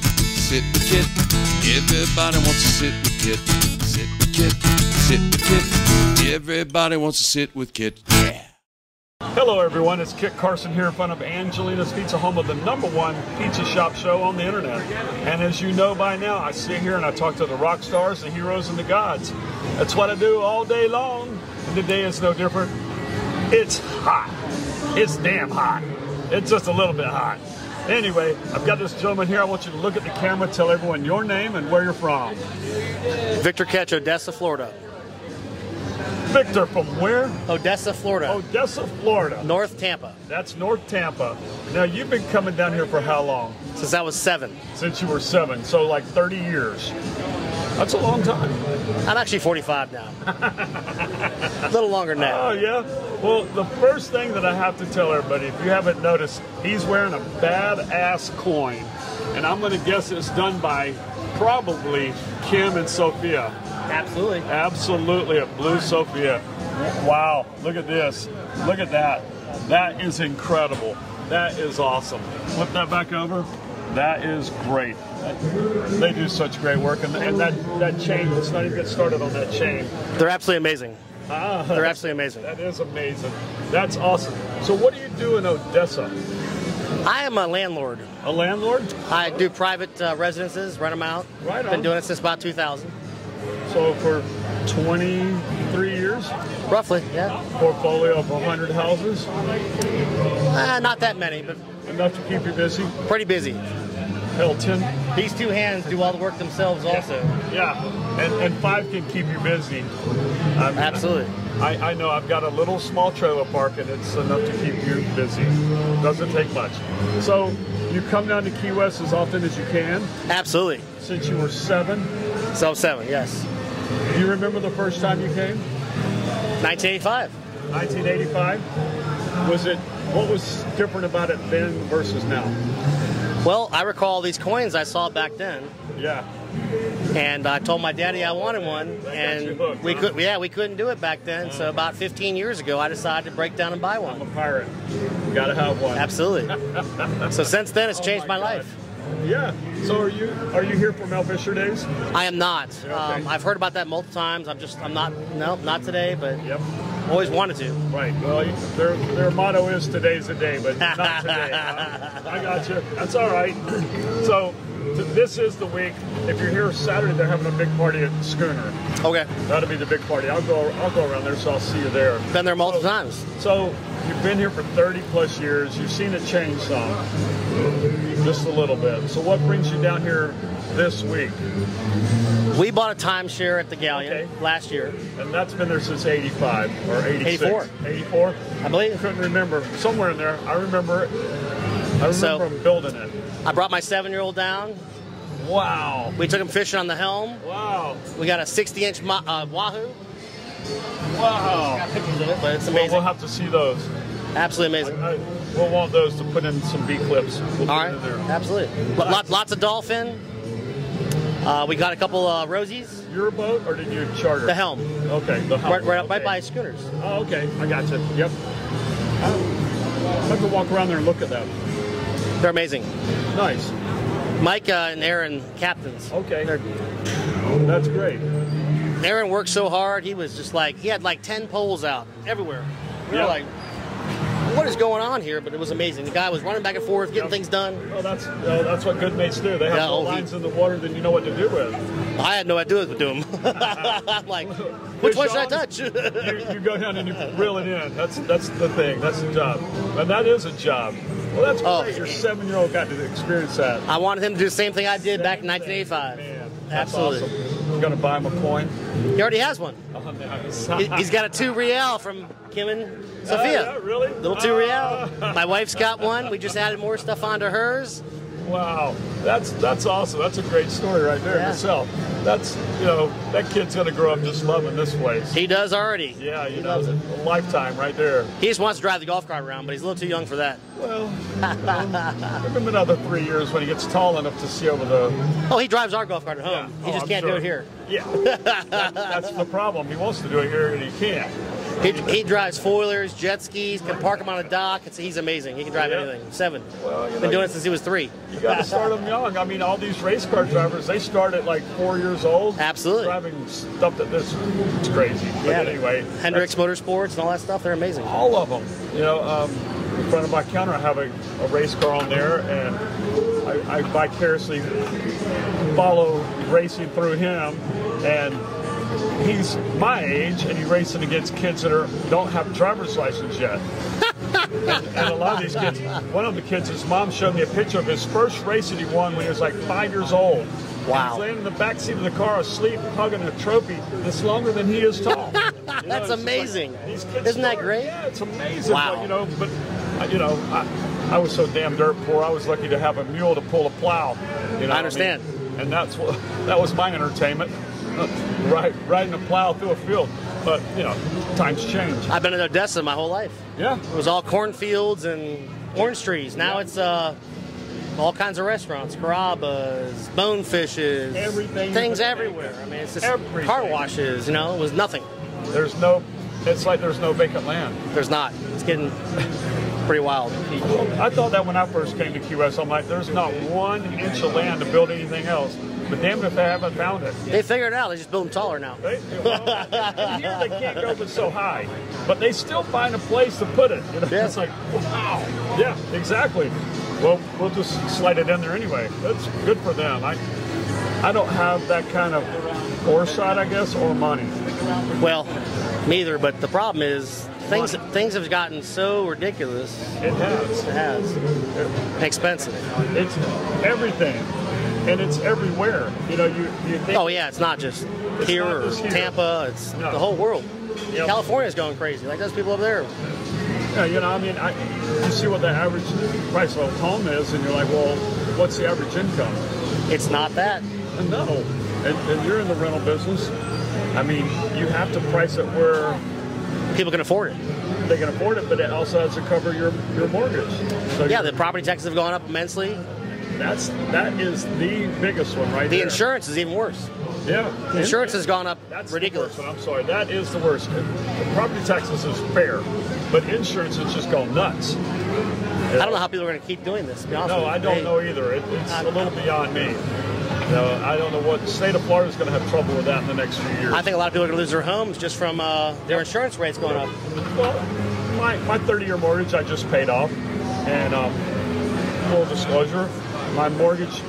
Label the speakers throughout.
Speaker 1: sit with Kit. Everybody wants to sit with Kit. Sit with Kit. Sit with Kit. Everybody wants to sit with Kit. Yeah.
Speaker 2: Hello, everyone. It's Kit Carson here in front of Angelina's Pizza, home of the number one pizza shop show on the internet. And as you know by now, I sit here and I talk to the rock stars, the heroes, and the gods. That's what I do all day long. And today is no different. It's hot. It's damn hot. It's just a little bit hot. Anyway, I've got this gentleman here. I want you to look at the camera, tell everyone your name and where you're from.
Speaker 3: Victor Ketch, Odessa, Florida.
Speaker 2: Victor from where?
Speaker 3: Odessa,
Speaker 2: Oh,
Speaker 3: Florida.
Speaker 2: Odessa, Florida.
Speaker 3: North Tampa.
Speaker 2: That's North Tampa. Now, you've been coming down here for how long?
Speaker 3: Since I was seven.
Speaker 2: Since you were seven, so like 30 years. That's a long time.
Speaker 3: I'm actually 45 now. a little longer now.
Speaker 2: Oh, yeah? Well, the first thing that I have to tell everybody, if you haven't noticed, he's wearing a badass coin. And I'm going to guess it's done by probably Kim and Sophia.
Speaker 3: Absolutely.
Speaker 2: Absolutely, a blue Sophia. Wow, look at this. Look at that. That is incredible. That is awesome. Flip that back over. That is great. They do such great work. And, and that, that chain, let's not even get started on that chain.
Speaker 3: They're absolutely amazing.
Speaker 2: Ah,
Speaker 3: They're absolutely amazing.
Speaker 2: that is amazing. That's awesome. So, what do you do in Odessa?
Speaker 3: I am a landlord.
Speaker 2: A landlord?
Speaker 3: I do private uh, residences, rent them out.
Speaker 2: Right on.
Speaker 3: Been doing it since about 2000,
Speaker 2: So, for 23 years,
Speaker 3: roughly. Yeah.
Speaker 2: portfolio of 100 houses,
Speaker 3: Uh, not that many, but
Speaker 2: enough to keep you busy.
Speaker 3: pretty busy.
Speaker 2: Hell, 10,
Speaker 3: These two hands do all the work themselves, also.
Speaker 2: Yeah, and, and five can keep you busy. I mean,
Speaker 3: Absolutely.
Speaker 2: I, I know I've got a little small trailer park and it's enough to keep you busy. Doesn't take much. So you come down to Key West as often as you can
Speaker 3: Absolutely.
Speaker 2: since you were seven.
Speaker 3: So seven, yes.
Speaker 2: Do you remember the first time you came?
Speaker 3: 1985.
Speaker 2: 1985? Was it, what was different about it then versus now?
Speaker 3: Well, I recall these coins I saw back then.
Speaker 2: Yeah.
Speaker 3: and I told my daddy I wanted one,
Speaker 2: you
Speaker 3: and
Speaker 2: hooked,
Speaker 3: we
Speaker 2: huh?
Speaker 3: could, yeah, we couldn't do it back then. So about 15 years ago, I decided to break down and buy
Speaker 2: I'm
Speaker 3: one.
Speaker 2: a pirate. Gotta have one.
Speaker 3: Absolutely. so since then, it's changed my,
Speaker 2: my God.
Speaker 3: life.
Speaker 2: Yeah. So are you are you here for Mel Fisher days?
Speaker 3: I am not.
Speaker 2: Okay.
Speaker 3: Um, I've heard about that multiple times. I'm just, I'm not. No, not today, but
Speaker 2: Yep.
Speaker 3: always wanted to.
Speaker 2: Right. Well, you- their their motto is "Today's the day," but not today. huh? I got you. That's all right. So th- this is the week. If you're here Saturday, they're having a big party at Schooner.
Speaker 3: Okay.
Speaker 2: That'll be the big party. I'll go. I'll go around there, so I'll see you there.
Speaker 3: Been there multiple times.
Speaker 2: So you've been here for 30 plus years. You've seen it change some, just a little bit. So what brings you down here this week?
Speaker 3: We bought a timeshare at the Galleon
Speaker 2: Okay.
Speaker 3: last year.
Speaker 2: And that's been there since 85 or 86.
Speaker 3: 84.
Speaker 2: 84.
Speaker 3: I believe
Speaker 2: couldn't remember. Somewhere in there, I remember. it. I remember
Speaker 3: So-
Speaker 2: him building it.
Speaker 3: I brought my seven-year-old down.
Speaker 2: Wow.
Speaker 3: We took him fishing on the Helm.
Speaker 2: Wow.
Speaker 3: We got a 60-inch mo- uh, wahoo.
Speaker 2: Wow.
Speaker 3: Got pictures of it, but it's
Speaker 2: Well,
Speaker 3: amazing.
Speaker 2: we'll have to see those.
Speaker 3: Absolutely amazing.
Speaker 2: I- we'll want those to put in some B clips. We'll
Speaker 3: All
Speaker 2: put
Speaker 3: right,
Speaker 2: it in there.
Speaker 3: absolutely. But lots, lots of dolphin. Uh, we got a couple uh, rosies.
Speaker 2: Your boat, or did you charter?
Speaker 3: The helm,
Speaker 2: Okay. The helm.
Speaker 3: right, right, up- right
Speaker 2: Oh, Okay.
Speaker 3: by schooners.
Speaker 2: Oh, okay. I got you. Yep. I have to walk around there and look at them.
Speaker 3: They're amazing.
Speaker 2: Nice.
Speaker 3: Mike uh, and Aaron, captains.
Speaker 2: Okay.
Speaker 3: They're-
Speaker 2: That's great.
Speaker 3: Aaron worked so hard. He was just like he had like ten poles out everywhere. We
Speaker 2: Yeah.
Speaker 3: were like, what is going on here? But it was amazing. The guy was running back and forth, getting
Speaker 2: Yep.
Speaker 3: things done.
Speaker 2: Well, that's uh, that's what good mates do. They have
Speaker 3: Yeah,
Speaker 2: more
Speaker 3: oh, he-
Speaker 2: lines in the water than you know what to do with.
Speaker 3: I had no idea what to do. I'm like, which one should I touch?
Speaker 2: you, you go down and you reel it in. That's that's the thing. That's the job, and that is a job. Well, that's
Speaker 3: Oh.
Speaker 2: great. Your seven-year-old got to experience that.
Speaker 3: I wanted him to do the same thing I did back in
Speaker 2: Same thing.
Speaker 3: 1985.
Speaker 2: Man, that's
Speaker 3: Absolutely.
Speaker 2: awesome. I'm gonna buy him a coin.
Speaker 3: He already has one.
Speaker 2: Oh, nice.
Speaker 3: He- He's got a two real from Kim and
Speaker 2: Oh,
Speaker 3: Sophia.
Speaker 2: yeah, really?
Speaker 3: Little two
Speaker 2: Ah.
Speaker 3: real. My wife's got one. We just added more stuff onto hers.
Speaker 2: Wow, that's that's awesome. That's a great story right there in
Speaker 3: Yeah.
Speaker 2: itself. That's you know that kid's gonna grow up just loving this place.
Speaker 3: He does already.
Speaker 2: Yeah, you
Speaker 3: He
Speaker 2: know,
Speaker 3: loves it.
Speaker 2: a lifetime right there.
Speaker 3: He just wants to drive the golf cart around, but he's a little too young for that.
Speaker 2: Well, you know, give him another three years when he gets tall enough to see over the
Speaker 3: Oh, he drives our golf cart at home.
Speaker 2: Yeah.
Speaker 3: He
Speaker 2: Oh,
Speaker 3: just
Speaker 2: I'm
Speaker 3: can't
Speaker 2: sure.
Speaker 3: do it here.
Speaker 2: Yeah. That- that's the problem. He wants to do it here and he can't.
Speaker 3: He, he drives foilers, jet skis, can park them on a dock. It's, he's amazing. He can drive
Speaker 2: Yeah.
Speaker 3: anything. Seven.
Speaker 2: Well, you know,
Speaker 3: Been doing
Speaker 2: you-
Speaker 3: it since he was three.
Speaker 2: You got to start them young. I mean, all these race car drivers, they start at like four years old.
Speaker 3: Absolutely.
Speaker 2: Driving stuff that this it's crazy. But
Speaker 3: Yeah.
Speaker 2: anyway,
Speaker 3: Hendrix Motorsports and all that stuff. They're amazing.
Speaker 2: all of them. You know, um, in front of my counter, I have a, a race car on there, and I, I vicariously follow racing through him. And he's my age, and he's racing against kids that are don't have driver's license yet. and, and a lot of these kids, one of the kids, his mom showed me a picture of his first race that he won when he was like five years old.
Speaker 3: Wow.
Speaker 2: He's laying in the back seat of the car asleep, hugging a trophy that's longer than he is tall. You know,
Speaker 3: That's
Speaker 2: it's just like,
Speaker 3: amazing.
Speaker 2: these kids
Speaker 3: Isn't that
Speaker 2: start-
Speaker 3: great?
Speaker 2: Yeah, it's amazing.
Speaker 3: Wow.
Speaker 2: But, you know, but uh, you know, I, I was so damn dirt poor. I was lucky to have a mule to pull a plow. You know, what mean?
Speaker 3: understand.
Speaker 2: And that's what that was my entertainment. right, riding a plow through a field. But you know, times change.
Speaker 3: I've been in Odessa my whole life.
Speaker 2: Yeah.
Speaker 3: It was all cornfields and orange trees. Now it's uh, all kinds of restaurants, carabas, bonefishes,
Speaker 2: Everything you
Speaker 3: things
Speaker 2: can
Speaker 3: everywhere.
Speaker 2: think
Speaker 3: I
Speaker 2: of.
Speaker 3: mean, it's just
Speaker 2: Everything.
Speaker 3: car washes. You know, it was nothing.
Speaker 2: There's no. It's like there's no vacant land.
Speaker 3: There's not. It's getting pretty wild.
Speaker 2: I thought that when I first came to Key West, I'm like, there's not one inch of land to build anything else. But damn it if they haven't found it.
Speaker 3: They figured it out. They just build them taller now.
Speaker 2: They, well, here they can't go but so high, but they still find a place to put it. You know,
Speaker 3: Yeah.
Speaker 2: It's like, wow. Yeah, exactly. Well, we'll just slide it in there anyway. That's good for them. I, I don't have that kind of foresight, I guess, or money.
Speaker 3: Well, neither. But the problem is things things have gotten so ridiculous.
Speaker 2: It has.
Speaker 3: It has expensive.
Speaker 2: It's everything, and it's everywhere. You know, you you think.
Speaker 3: Oh yeah, it's not just
Speaker 2: It's
Speaker 3: here
Speaker 2: not
Speaker 3: or
Speaker 2: just here.
Speaker 3: Tampa. It's
Speaker 2: No.
Speaker 3: the whole world.
Speaker 2: Yep.
Speaker 3: California's going crazy. Like those people up there.
Speaker 2: Yeah, you know, I mean, I, you see what the average price of a home is, and you're like, well, what's the average income?
Speaker 3: It's not that.
Speaker 2: And No, and, and you're in the rental business. I mean, you have to price it where
Speaker 3: People can afford it.
Speaker 2: they can afford it, but it also has to cover your, your mortgage. So
Speaker 3: Yeah, the property taxes have gone up immensely.
Speaker 2: that's that is the biggest one right
Speaker 3: The
Speaker 2: there.
Speaker 3: insurance is even worse.
Speaker 2: yeah,
Speaker 3: Insurance has gone up
Speaker 2: That's the
Speaker 3: ridiculous.
Speaker 2: worst one. I'm sorry, that is the worst. Property taxes is fair, but insurance has just gone nuts.
Speaker 3: I don't know how people are going to keep doing this. To be honest
Speaker 2: No,
Speaker 3: with you.
Speaker 2: I don't
Speaker 3: They-
Speaker 2: know either. It, it's
Speaker 3: I-
Speaker 2: a little beyond me. No, I don't know what the state of Florida is going to have trouble with that in the next few years.
Speaker 3: I think a lot of people are going to lose their homes just from uh, their insurance rates going up.
Speaker 2: Well, my, my 30 year mortgage I just paid off, and um, full disclosure, my mortgage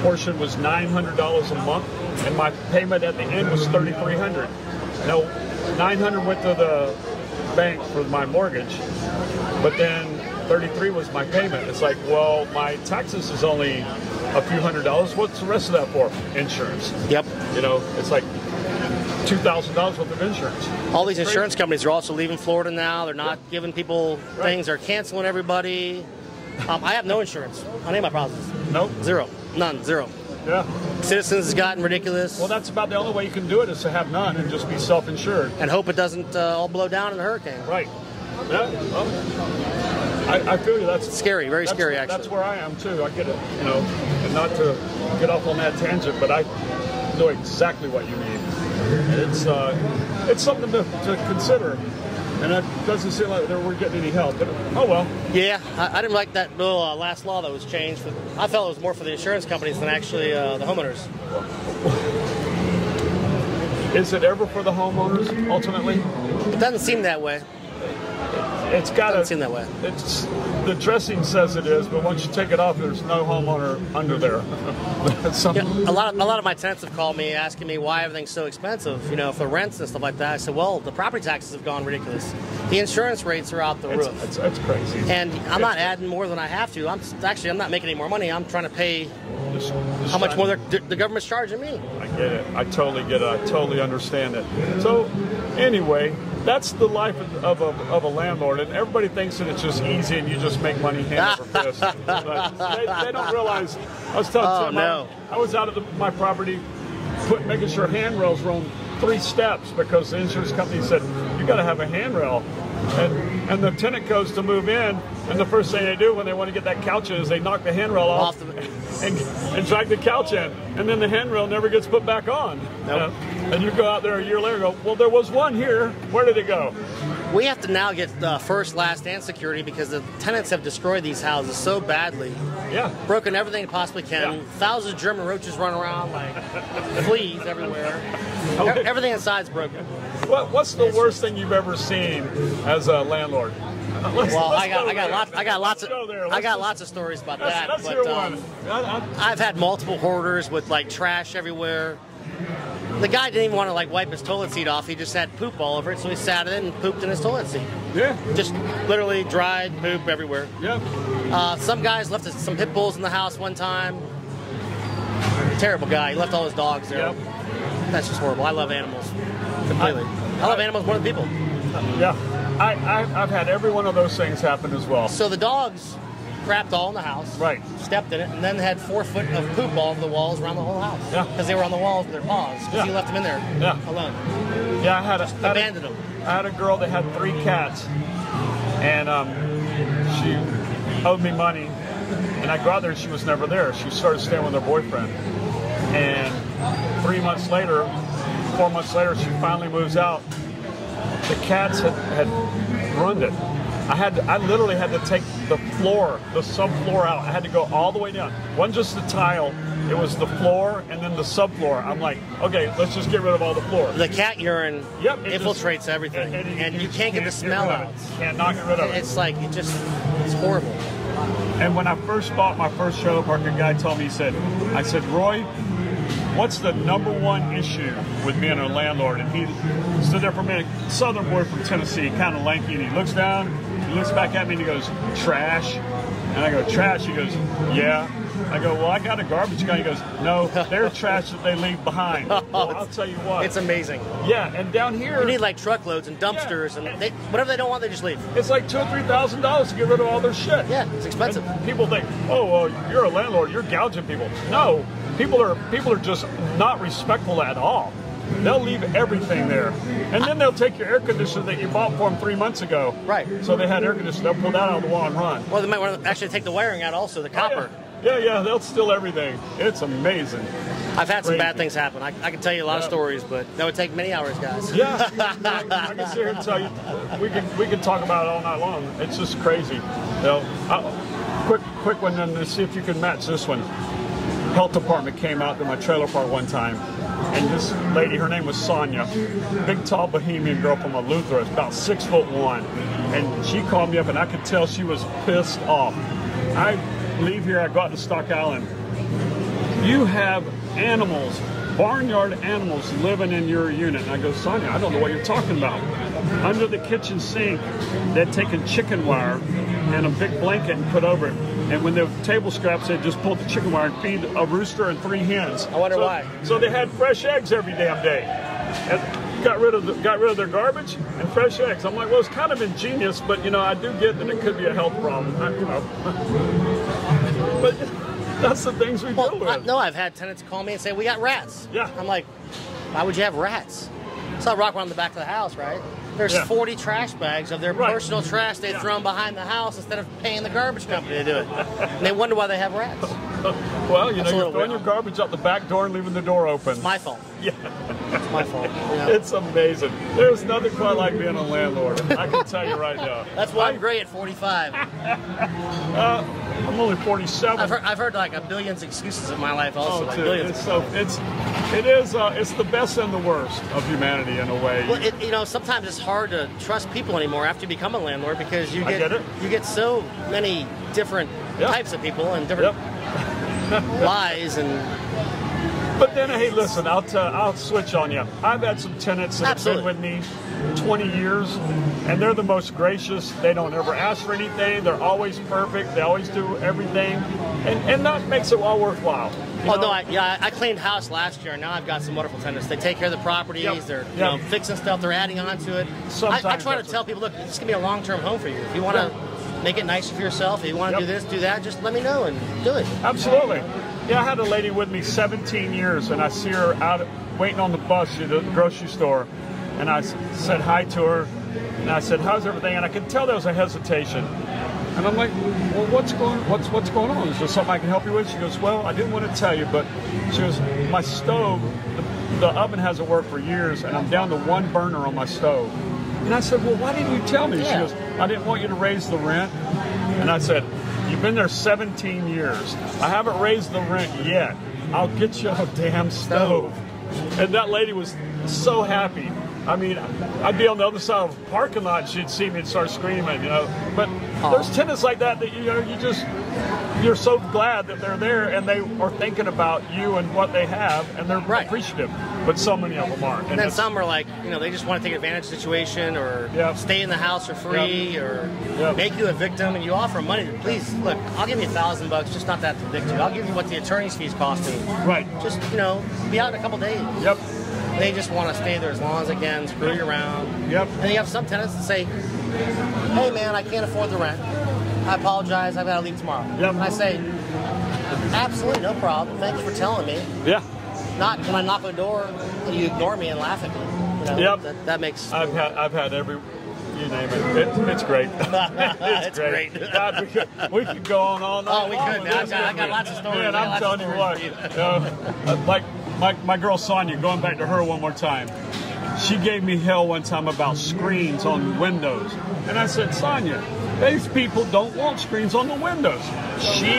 Speaker 2: portion was $900 a month, and my payment at the end was $3,300. Now, 900 went to the bank for my mortgage, but then 33 was my payment. It's like, well, my taxes is only a few hundred dollars. What's the rest of that for? Insurance.
Speaker 3: Yep.
Speaker 2: You know, it's like $2,000 worth of insurance.
Speaker 3: All these
Speaker 2: Crazy.
Speaker 3: insurance companies are also leaving Florida now. They're not giving people
Speaker 2: Right.
Speaker 3: things. They're canceling everybody. Um, I have no insurance on any of my policies.
Speaker 2: Nope.
Speaker 3: Zero. None. Zero.
Speaker 2: Yeah.
Speaker 3: Citizens has gotten ridiculous.
Speaker 2: Well, that's about the only way you can do it is to have none and just be self-insured.
Speaker 3: and hope it doesn't uh, all blow down in a hurricane.
Speaker 2: Right. Yeah. Well, I, I feel you. That's
Speaker 3: Scary, very
Speaker 2: that's-
Speaker 3: scary, actually.
Speaker 2: That's where I am too. I get it. You know, and not to get off on that tangent, but I know exactly what you mean. And It's uh, it's something to, to consider, and it doesn't seem like there we're getting any help. But oh well.
Speaker 3: Yeah, I, I didn't like that little uh, last law that was changed. For, I felt it was more for the insurance companies than actually uh, the homeowners.
Speaker 2: Is it ever for the homeowners? Ultimately,
Speaker 3: It doesn't seem that way.
Speaker 2: it's got
Speaker 3: Doesn't
Speaker 2: to.
Speaker 3: seem that way.
Speaker 2: It's the dressing says it is, but once you take it off, there's no homeowner under there. Some-
Speaker 3: Yeah, a lot of a lot of my tenants have called me asking me why everything's so expensive. You know, for rents and stuff like that. I said, well, the property taxes have gone ridiculous. The insurance rates are out the
Speaker 2: It's,
Speaker 3: roof.
Speaker 2: it's, it's crazy.
Speaker 3: and I'm not adding more than I have to. I'm s- actually I'm not making any more money. I'm trying to pay
Speaker 2: Just-
Speaker 3: how
Speaker 2: just
Speaker 3: much
Speaker 2: trying-
Speaker 3: more they're- the government's charging me.
Speaker 2: I get it. I totally get it. I totally understand it. So, anyway, that's the life of, of, a, of a landlord, and everybody thinks that it's just easy and you just make money hand over fist. But they, they don't realize. I was telling
Speaker 3: Oh,
Speaker 2: Tim,
Speaker 3: no.
Speaker 2: I, I was out of the, my property, put, making sure handrails were on three steps because the insurance company said you got to have a handrail. And, and the tenant goes to move in, and the first thing they do when they want to get that couch in is they knock the handrail off,
Speaker 3: Off the-
Speaker 2: and, and drag the couch in, and then the handrail never gets put back on. Uh,
Speaker 3: Nope.
Speaker 2: And you go out there a year later and go, well, there was one here. Where did it go?
Speaker 3: We have to now get uh, first, last, and security because the tenants have destroyed these houses so badly,
Speaker 2: Yeah.
Speaker 3: broken everything they possibly can.
Speaker 2: Yeah.
Speaker 3: Thousands of German roaches run around like fleas everywhere.
Speaker 2: Oh.
Speaker 3: E- Everything inside's broken.
Speaker 2: What, what's the worst thing you've ever seen as a landlord? Let's-
Speaker 3: Well,
Speaker 2: let's
Speaker 3: I got,
Speaker 2: go
Speaker 3: I got
Speaker 2: there.
Speaker 3: lots, I got lots of,
Speaker 2: Let's go there.
Speaker 3: I got
Speaker 2: Let's-
Speaker 3: lots of stories about
Speaker 2: Let's,
Speaker 3: that.
Speaker 2: let's
Speaker 3: but,
Speaker 2: hear
Speaker 3: um,
Speaker 2: one. I- I-
Speaker 3: I've had multiple hoarders with like trash everywhere. The guy didn't even want to like wipe his toilet seat off. He just had poop all over it, so he sat in it and pooped in his toilet seat.
Speaker 2: yeah.
Speaker 3: Just literally dried poop everywhere.
Speaker 2: Yeah.
Speaker 3: Uh, some guys left some pit bulls in the house one time. Terrible guy. He left all his dogs there.
Speaker 2: Yep.
Speaker 3: That's just horrible. I love animals completely. I love animals more than people.
Speaker 2: Yeah. I, I, I've had every one of those things happen as well.
Speaker 3: So the dogs crapped all in the house.
Speaker 2: Right.
Speaker 3: Stepped in it, and then had four foot of poop all over the walls around the whole house.
Speaker 2: Yeah.
Speaker 3: Because they were on the walls with their paws. Because
Speaker 2: Yeah.
Speaker 3: he left them in there.
Speaker 2: Yeah.
Speaker 3: Alone.
Speaker 2: Yeah, I had a, had a,
Speaker 3: Abandoned them.
Speaker 2: I had a girl that had three cats, and um, she owed me money. And I got there, and she was never there. She started staying with her boyfriend, and three months later, four months later, she finally moves out. The cats had, had ruined it. I had to, I literally had to take the floor, the subfloor out. I had to go all the way down. Wasn't just the tile; it was the floor and then the subfloor. I'm like, okay, let's just get rid of all the floor.
Speaker 3: The cat urine
Speaker 2: Yep, it just-
Speaker 3: infiltrates everything, and, you can't get the smell
Speaker 2: rid of
Speaker 3: out.
Speaker 2: it. Cannot get rid of it.
Speaker 3: It's like it just it's horrible.
Speaker 2: And when I first bought my first trailer park, a guy told me, he said, I said, Roy, what's the number one issue with being a landlord? And he stood there for a minute, southern boy from Tennessee, kind of lanky, and he looks down, he looks back at me, and he goes, trash. And I go, trash? He goes, yeah. I go, well, I got a garbage guy. He goes, no, they're trash that they leave behind. Well, I'll tell you what.
Speaker 3: Oh, It's amazing.
Speaker 2: yeah, and down here.
Speaker 3: You need like truckloads and dumpsters,
Speaker 2: Yeah.
Speaker 3: and they, whatever they don't want, they just leave.
Speaker 2: It's like two or three thousand dollars to get rid of all their shit.
Speaker 3: Yeah, it's expensive.
Speaker 2: And people think, oh, well, you're a landlord, you're gouging people. No, people are people are just not respectful at all. They'll leave everything there, and then they'll take your air conditioner that you bought for them three months ago.
Speaker 3: Right.
Speaker 2: So they had air conditioner. They'll pull that out of the wall and run.
Speaker 3: Well, they might want to actually take the wiring out also, the copper.
Speaker 2: Oh, Yeah, yeah, they'll steal everything. It's amazing.
Speaker 3: I've had some bad
Speaker 2: Crazy.
Speaker 3: things happen. I, I can tell you a lot of
Speaker 2: Yeah.
Speaker 3: stories, but that would take many hours, guys.
Speaker 2: Yeah, I, I can sit here and tell you, we can we can talk about it all night long. It's just crazy. You know, I, quick quick one, then to see if you can match this one. Health department came out to my trailer park one time, and this lady, her name was Sonia, big tall Bohemian girl from Eleuthera, about six foot one, and she called me up, and I could tell she was pissed off. I leave here, I go out to Stock Island. You have animals, barnyard animals, living in your unit. And I go, Sonia, I don't know what you're talking about. Under the kitchen sink, they'd taken chicken wire and a big blanket and put over it. And when the table scraps, they just pulled the chicken wire and feed a rooster and three hens. I
Speaker 3: wonder why.
Speaker 2: So they had fresh eggs every damn day. And got rid of the, got rid of their garbage and fresh eggs. I'm like, well, it's kind of ingenious, but you know, I do get that it could be a health problem. I, you know, but that's the things we deal
Speaker 3: Well,
Speaker 2: with.
Speaker 3: I, no, I've had tenants call me and say, We got rats.
Speaker 2: Yeah.
Speaker 3: I'm like, Why would you have rats? It's not rock around the back of the house, right? There's
Speaker 2: Yeah.
Speaker 3: 40 trash bags of their
Speaker 2: Right.
Speaker 3: personal trash they've
Speaker 2: Yeah.
Speaker 3: thrown behind the house instead of paying the garbage company to do it. and they wonder why they have rats.
Speaker 2: Well, you know,
Speaker 3: That's a
Speaker 2: you're
Speaker 3: little
Speaker 2: throwing your
Speaker 3: weird.
Speaker 2: garbage out the back door and leaving the door open.
Speaker 3: My fault.
Speaker 2: Yeah.
Speaker 3: It's my fault. you know?
Speaker 2: It's amazing. There's nothing quite like being a landlord. I can tell you right now.
Speaker 3: That's why I'm great at 45.
Speaker 2: I'm only 47.
Speaker 3: I've heard, I've heard like a billions excuses in my life also.
Speaker 2: Oh,
Speaker 3: like
Speaker 2: too.
Speaker 3: billions.
Speaker 2: It's so it's it is uh, it's the best and the worst of humanity in a way.
Speaker 3: Well, it, you know, sometimes it's hard to trust people anymore after you become a landlord because you
Speaker 2: I
Speaker 3: get,
Speaker 2: get it.
Speaker 3: you get so many different
Speaker 2: Yeah.
Speaker 3: types of people and different
Speaker 2: Yep.
Speaker 3: lies and
Speaker 2: But then, hey, listen, I'll t- I'll switch on you. I've had some tenants that have been with me 20 years, and they're the most gracious. They don't ever ask for anything. They're always perfect. They always do everything, and and that makes it all worthwhile. you
Speaker 3: oh
Speaker 2: know?
Speaker 3: no, I, yeah, I I cleaned house last year and now I've got some wonderful tenants. They take care of the properties,
Speaker 2: Yep.
Speaker 3: they're you
Speaker 2: Yep.
Speaker 3: know, fixing stuff, they're adding on to it.
Speaker 2: Sometimes
Speaker 3: I, I try to
Speaker 2: that's
Speaker 3: tell
Speaker 2: what-
Speaker 3: people, look, this can be a long-term home for you. If you want to make it nice for yourself, if you want to
Speaker 2: Yep.
Speaker 3: do this, do that, just let me know and do it.
Speaker 2: Absolutely. Yeah, I had a lady with me 17 years, and I see her out waiting on the bus at the grocery store, and I s- said hi to her, and I said, "How's everything?" And I could tell there was a hesitation, and I'm like, "Well, what's going? What's what's going on? Is there something I can help you with?" She goes, "Well, I didn't want to tell you, but she goes, my stove, the, the oven hasn't worked for years, and I'm down to one burner on my stove." And I said, well, why didn't you tell me? She
Speaker 3: Yeah.
Speaker 2: goes, I didn't want you to raise the rent. And I said, you've been there 17 years. I haven't raised the rent yet. I'll get you a damn stove. And that lady was so happy. I mean, I'd be on the other side of the parking lot and she'd see me and start screaming, you know. But there's tenants like that that, you know, you just, you're so glad that they're there and they are thinking about you and what they have and they're
Speaker 3: Right.
Speaker 2: appreciative. But so many of them aren't.
Speaker 3: And then
Speaker 2: it's-
Speaker 3: some are like, you know, they just want to take advantage of the situation or
Speaker 2: Yeah.
Speaker 3: stay in the house for free or
Speaker 2: Yeah.
Speaker 3: make you a victim and you offer them money. Please, look, I'll give you a thousand bucks, just not that to evict you. I'll give you what the attorney's fees cost me.
Speaker 2: Right.
Speaker 3: Just, you know, be out in a couple days.
Speaker 2: Yep.
Speaker 3: They just want to stay there as long as they can, screw you around.
Speaker 2: Yep.
Speaker 3: And you have some tenants that say, hey man, I can't afford the rent. I apologize, I've got to leave tomorrow.
Speaker 2: Yep.
Speaker 3: And I say, absolutely no problem. Thanks for telling me.
Speaker 2: Yeah.
Speaker 3: Not when I knock on the door and you ignore me and laugh at me. You know,
Speaker 2: Yep. Uh,
Speaker 3: that, that makes
Speaker 2: I've had I've had every you name it. it it's great.
Speaker 3: It's great.
Speaker 2: God, we, could, we could go on all night.
Speaker 3: Oh, we
Speaker 2: long
Speaker 3: could,
Speaker 2: with
Speaker 3: man. I've
Speaker 2: this,
Speaker 3: got- I've got
Speaker 2: couldn't we?
Speaker 3: lots of stories.
Speaker 2: Man,
Speaker 3: I got
Speaker 2: I'm
Speaker 3: lots
Speaker 2: telling
Speaker 3: of
Speaker 2: you what.
Speaker 3: stories.
Speaker 2: you know, uh, like my my girl Sonia, going back to her one more time. She gave me hell one time about screens on windows, and I said, Sonia, these people don't want screens on the windows. She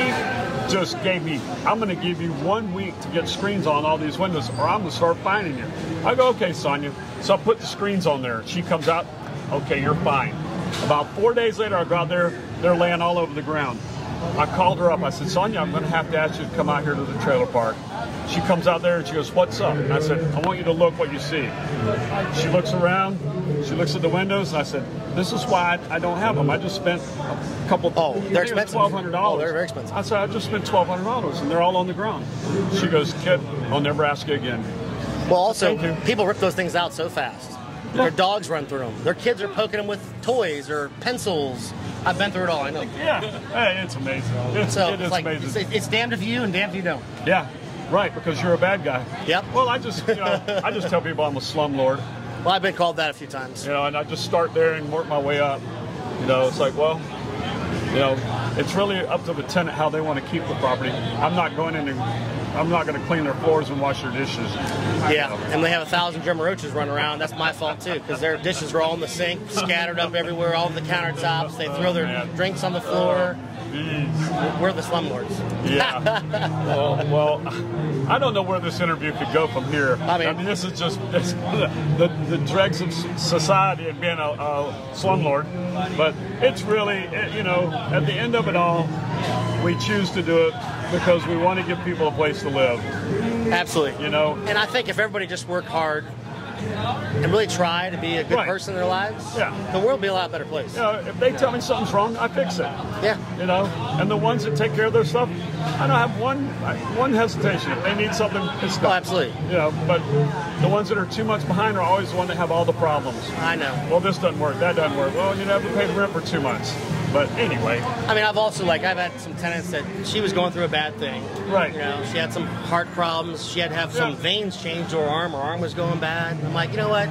Speaker 2: just gave me, I'm going to give you one week to get screens on all these windows, or I'm going to start fining you. I go, okay, Sonia. So I put the screens on there. She comes out, okay, you're fine. About four days later, I go out there. They're laying all over the ground. I called her up. I said, Sonia, I'm going to have to ask you to come out here to the trailer park. She comes out there and she goes, What's up? And I said, I want you to look what you see. She looks around. She looks at the windows. And I said, This is why I, I don't have them. I just spent a couple.
Speaker 3: Oh, they're
Speaker 2: I think it was
Speaker 3: expensive.
Speaker 2: $1,200.
Speaker 3: Oh, they're very expensive.
Speaker 2: I said, I just spent $1,200 and they're all on the ground. She goes, Kid, I'll never ask you again.
Speaker 3: Well, also,
Speaker 2: Thank you.
Speaker 3: people rip those things out so fast. Their dogs run through them. Their kids are poking them with toys or pencils. I've been through it all. I know.
Speaker 2: Yeah. Hey, it's amazing. It's,
Speaker 3: So
Speaker 2: it is
Speaker 3: it's like
Speaker 2: amazing.
Speaker 3: it's, it's damned if you do and damned if you don't.
Speaker 2: Yeah, right. Because you're a bad guy.
Speaker 3: Yep.
Speaker 2: Well, I just you know, I just tell people I'm a slumlord,
Speaker 3: Well, I've been called that a few times.
Speaker 2: you know, and I just start there and work my way up. You know, it's like well, you know, it's really up to the tenant how they want to keep the property. I'm not going in and I'm not going to clean their floors and wash their dishes.
Speaker 3: Yeah, and they have a thousand German roaches running around. That's my fault too, because their dishes were all in the sink, scattered up everywhere, all over the countertops. They throw their
Speaker 2: Oh, Man.
Speaker 3: drinks on the floor.
Speaker 2: Jeez.
Speaker 3: We're the slumlords.
Speaker 2: Yeah. well, well, I don't know where this interview could go from here.
Speaker 3: I mean-
Speaker 2: this is just it's, the, the dregs of s- society and being a, a slumlord. But it's really, eh, you know, at the end of it all, we choose to do it because we want to give people a place to live,
Speaker 3: Absolutely.
Speaker 2: you know?
Speaker 3: And I think if everybody just worked hard and really try to be a good
Speaker 2: Right.
Speaker 3: person in their lives,
Speaker 2: Yeah.
Speaker 3: the world would be a lot better place.
Speaker 2: You know, if they tell me something's wrong, I fix it.
Speaker 3: yeah.
Speaker 2: You know, and the ones that take care of their stuff, I don't have one one hesitation. If they need something, it's done.
Speaker 3: Oh, absolutely.
Speaker 2: You know, but the ones that are too much behind are always the ones that have all the problems.
Speaker 3: I know.
Speaker 2: Well, this doesn't work. That doesn't work. Well, you never paid rent for two months. But anyway,
Speaker 3: I mean, I've also like I've had some tenants that she was going through a bad thing.
Speaker 2: Right.
Speaker 3: You know, she had some heart problems. She had to have some
Speaker 2: Yeah.
Speaker 3: veins changed to her arm. Her arm was going bad. I'm like, you know what,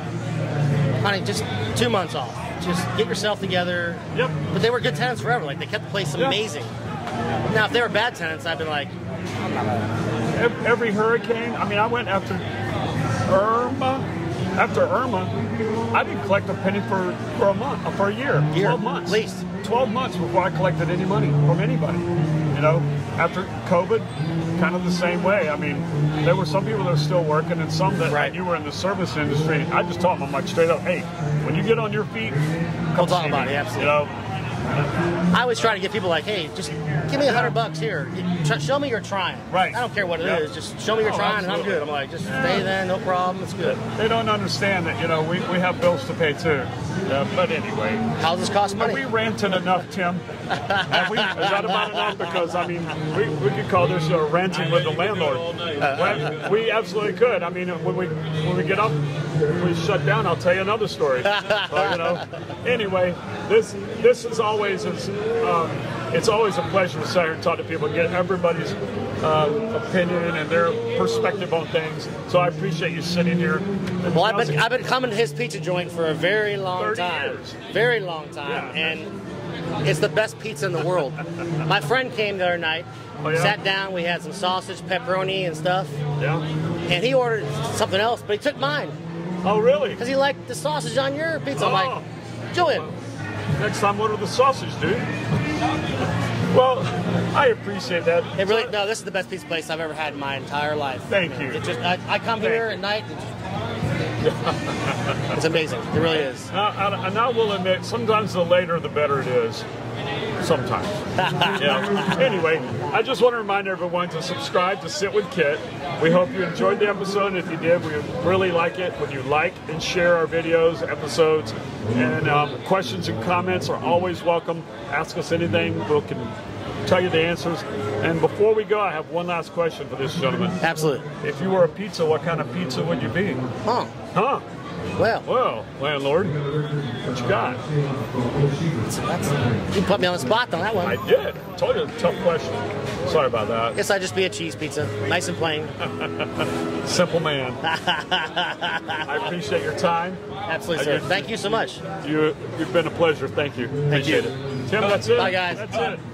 Speaker 3: honey, just two months off. Just get yourself together.
Speaker 2: Yep.
Speaker 3: But they were good tenants forever. Like they kept the place
Speaker 2: Yeah.
Speaker 3: amazing. Now, if they were bad tenants, I've been like,
Speaker 2: ev- every hurricane. I mean, I went after Irma. After Irma, I didn't collect a penny for, for a month, uh, for a year,
Speaker 3: Year,
Speaker 2: twelve months,
Speaker 3: at least.
Speaker 2: twelve months before I collected any money from anybody. You know, after COVID, kind of the same way. I mean, there were some people that are still working, and some that
Speaker 3: Right.
Speaker 2: you were in the service industry. I just told them, I'm like straight up, hey, when you get on your feet, come
Speaker 3: We'll talk
Speaker 2: see
Speaker 3: about
Speaker 2: me.
Speaker 3: it, absolutely.
Speaker 2: You know,
Speaker 3: I always try to get people like, hey, just give me a hundred bucks here. Tr- show me you're trying.
Speaker 2: Right.
Speaker 3: I don't care what it is.
Speaker 2: Yeah.
Speaker 3: Just show me you're
Speaker 2: Oh,
Speaker 3: trying, and I'm
Speaker 2: absolutely.
Speaker 3: good. I'm like, just
Speaker 2: Yeah.
Speaker 3: stay there, no problem. It's good.
Speaker 2: they don't understand that you know we, we have bills to pay too. Yeah, but anyway,
Speaker 3: Houses cost
Speaker 2: have
Speaker 3: money.
Speaker 2: we ranted enough, Tim? Have we? Is that about enough? Because I mean, we, we could call this uh, ranting with the landlord. Well, we absolutely could. I mean, when we when we get up, we shut down. I'll tell you another story. But, you know. Anyway, this this is always is. Um, it's always a pleasure to sit here and talk to people, get everybody's uh, opinion and their perspective on things. So I appreciate you sitting here.
Speaker 3: Well, I've been, I've been coming to his pizza joint for a very long
Speaker 2: 30
Speaker 3: time.
Speaker 2: years.
Speaker 3: Very long time.
Speaker 2: Yeah.
Speaker 3: And it's the best pizza in the world. My friend came the other night,
Speaker 2: Oh, yeah?
Speaker 3: sat down, we had some sausage, pepperoni, and stuff.
Speaker 2: Yeah.
Speaker 3: And he ordered something else, but he took mine
Speaker 2: Oh, really?
Speaker 3: because he liked the sausage on your pizza. I'm
Speaker 2: Oh.
Speaker 3: like, Julian,
Speaker 2: Next time, order the sausage, dude. Well, I appreciate that.
Speaker 3: it really no. This is the best pizza place I've ever had in my entire life.
Speaker 2: Thank you.
Speaker 3: It just I, I come
Speaker 2: Thank
Speaker 3: here
Speaker 2: you.
Speaker 3: at night. And just- it's amazing. It really is.
Speaker 2: And I, I- Uh, and I will admit, sometimes the later the better it is. Sometimes. yeah. Anyway, I just want to remind everyone to subscribe to Sit with Kit. We hope you enjoyed the episode. If you did, we really like it when you like and share our videos, episodes, and um, questions and comments are always welcome. Ask us anything. We will can tell you the answers. And before we go, I have one last question for this gentleman.
Speaker 3: Absolutely.
Speaker 2: If you were a pizza, what kind of pizza would you be?
Speaker 3: Huh.
Speaker 2: Huh?
Speaker 3: Well,
Speaker 2: Well, landlord, what you got?
Speaker 3: that's, you put me on the spot on that
Speaker 2: I
Speaker 3: one.
Speaker 2: did. Told you, tough question. Sorry about that.
Speaker 3: Guess I'd just be a cheese pizza, nice and plain.
Speaker 2: Simple man. I appreciate your time.
Speaker 3: Absolutely, sir. Thank you so much.
Speaker 2: You, you've been a pleasure. Thank you. Appreciate
Speaker 3: you.
Speaker 2: it. Tim, that's it.
Speaker 3: Bye, guys.
Speaker 2: That's it.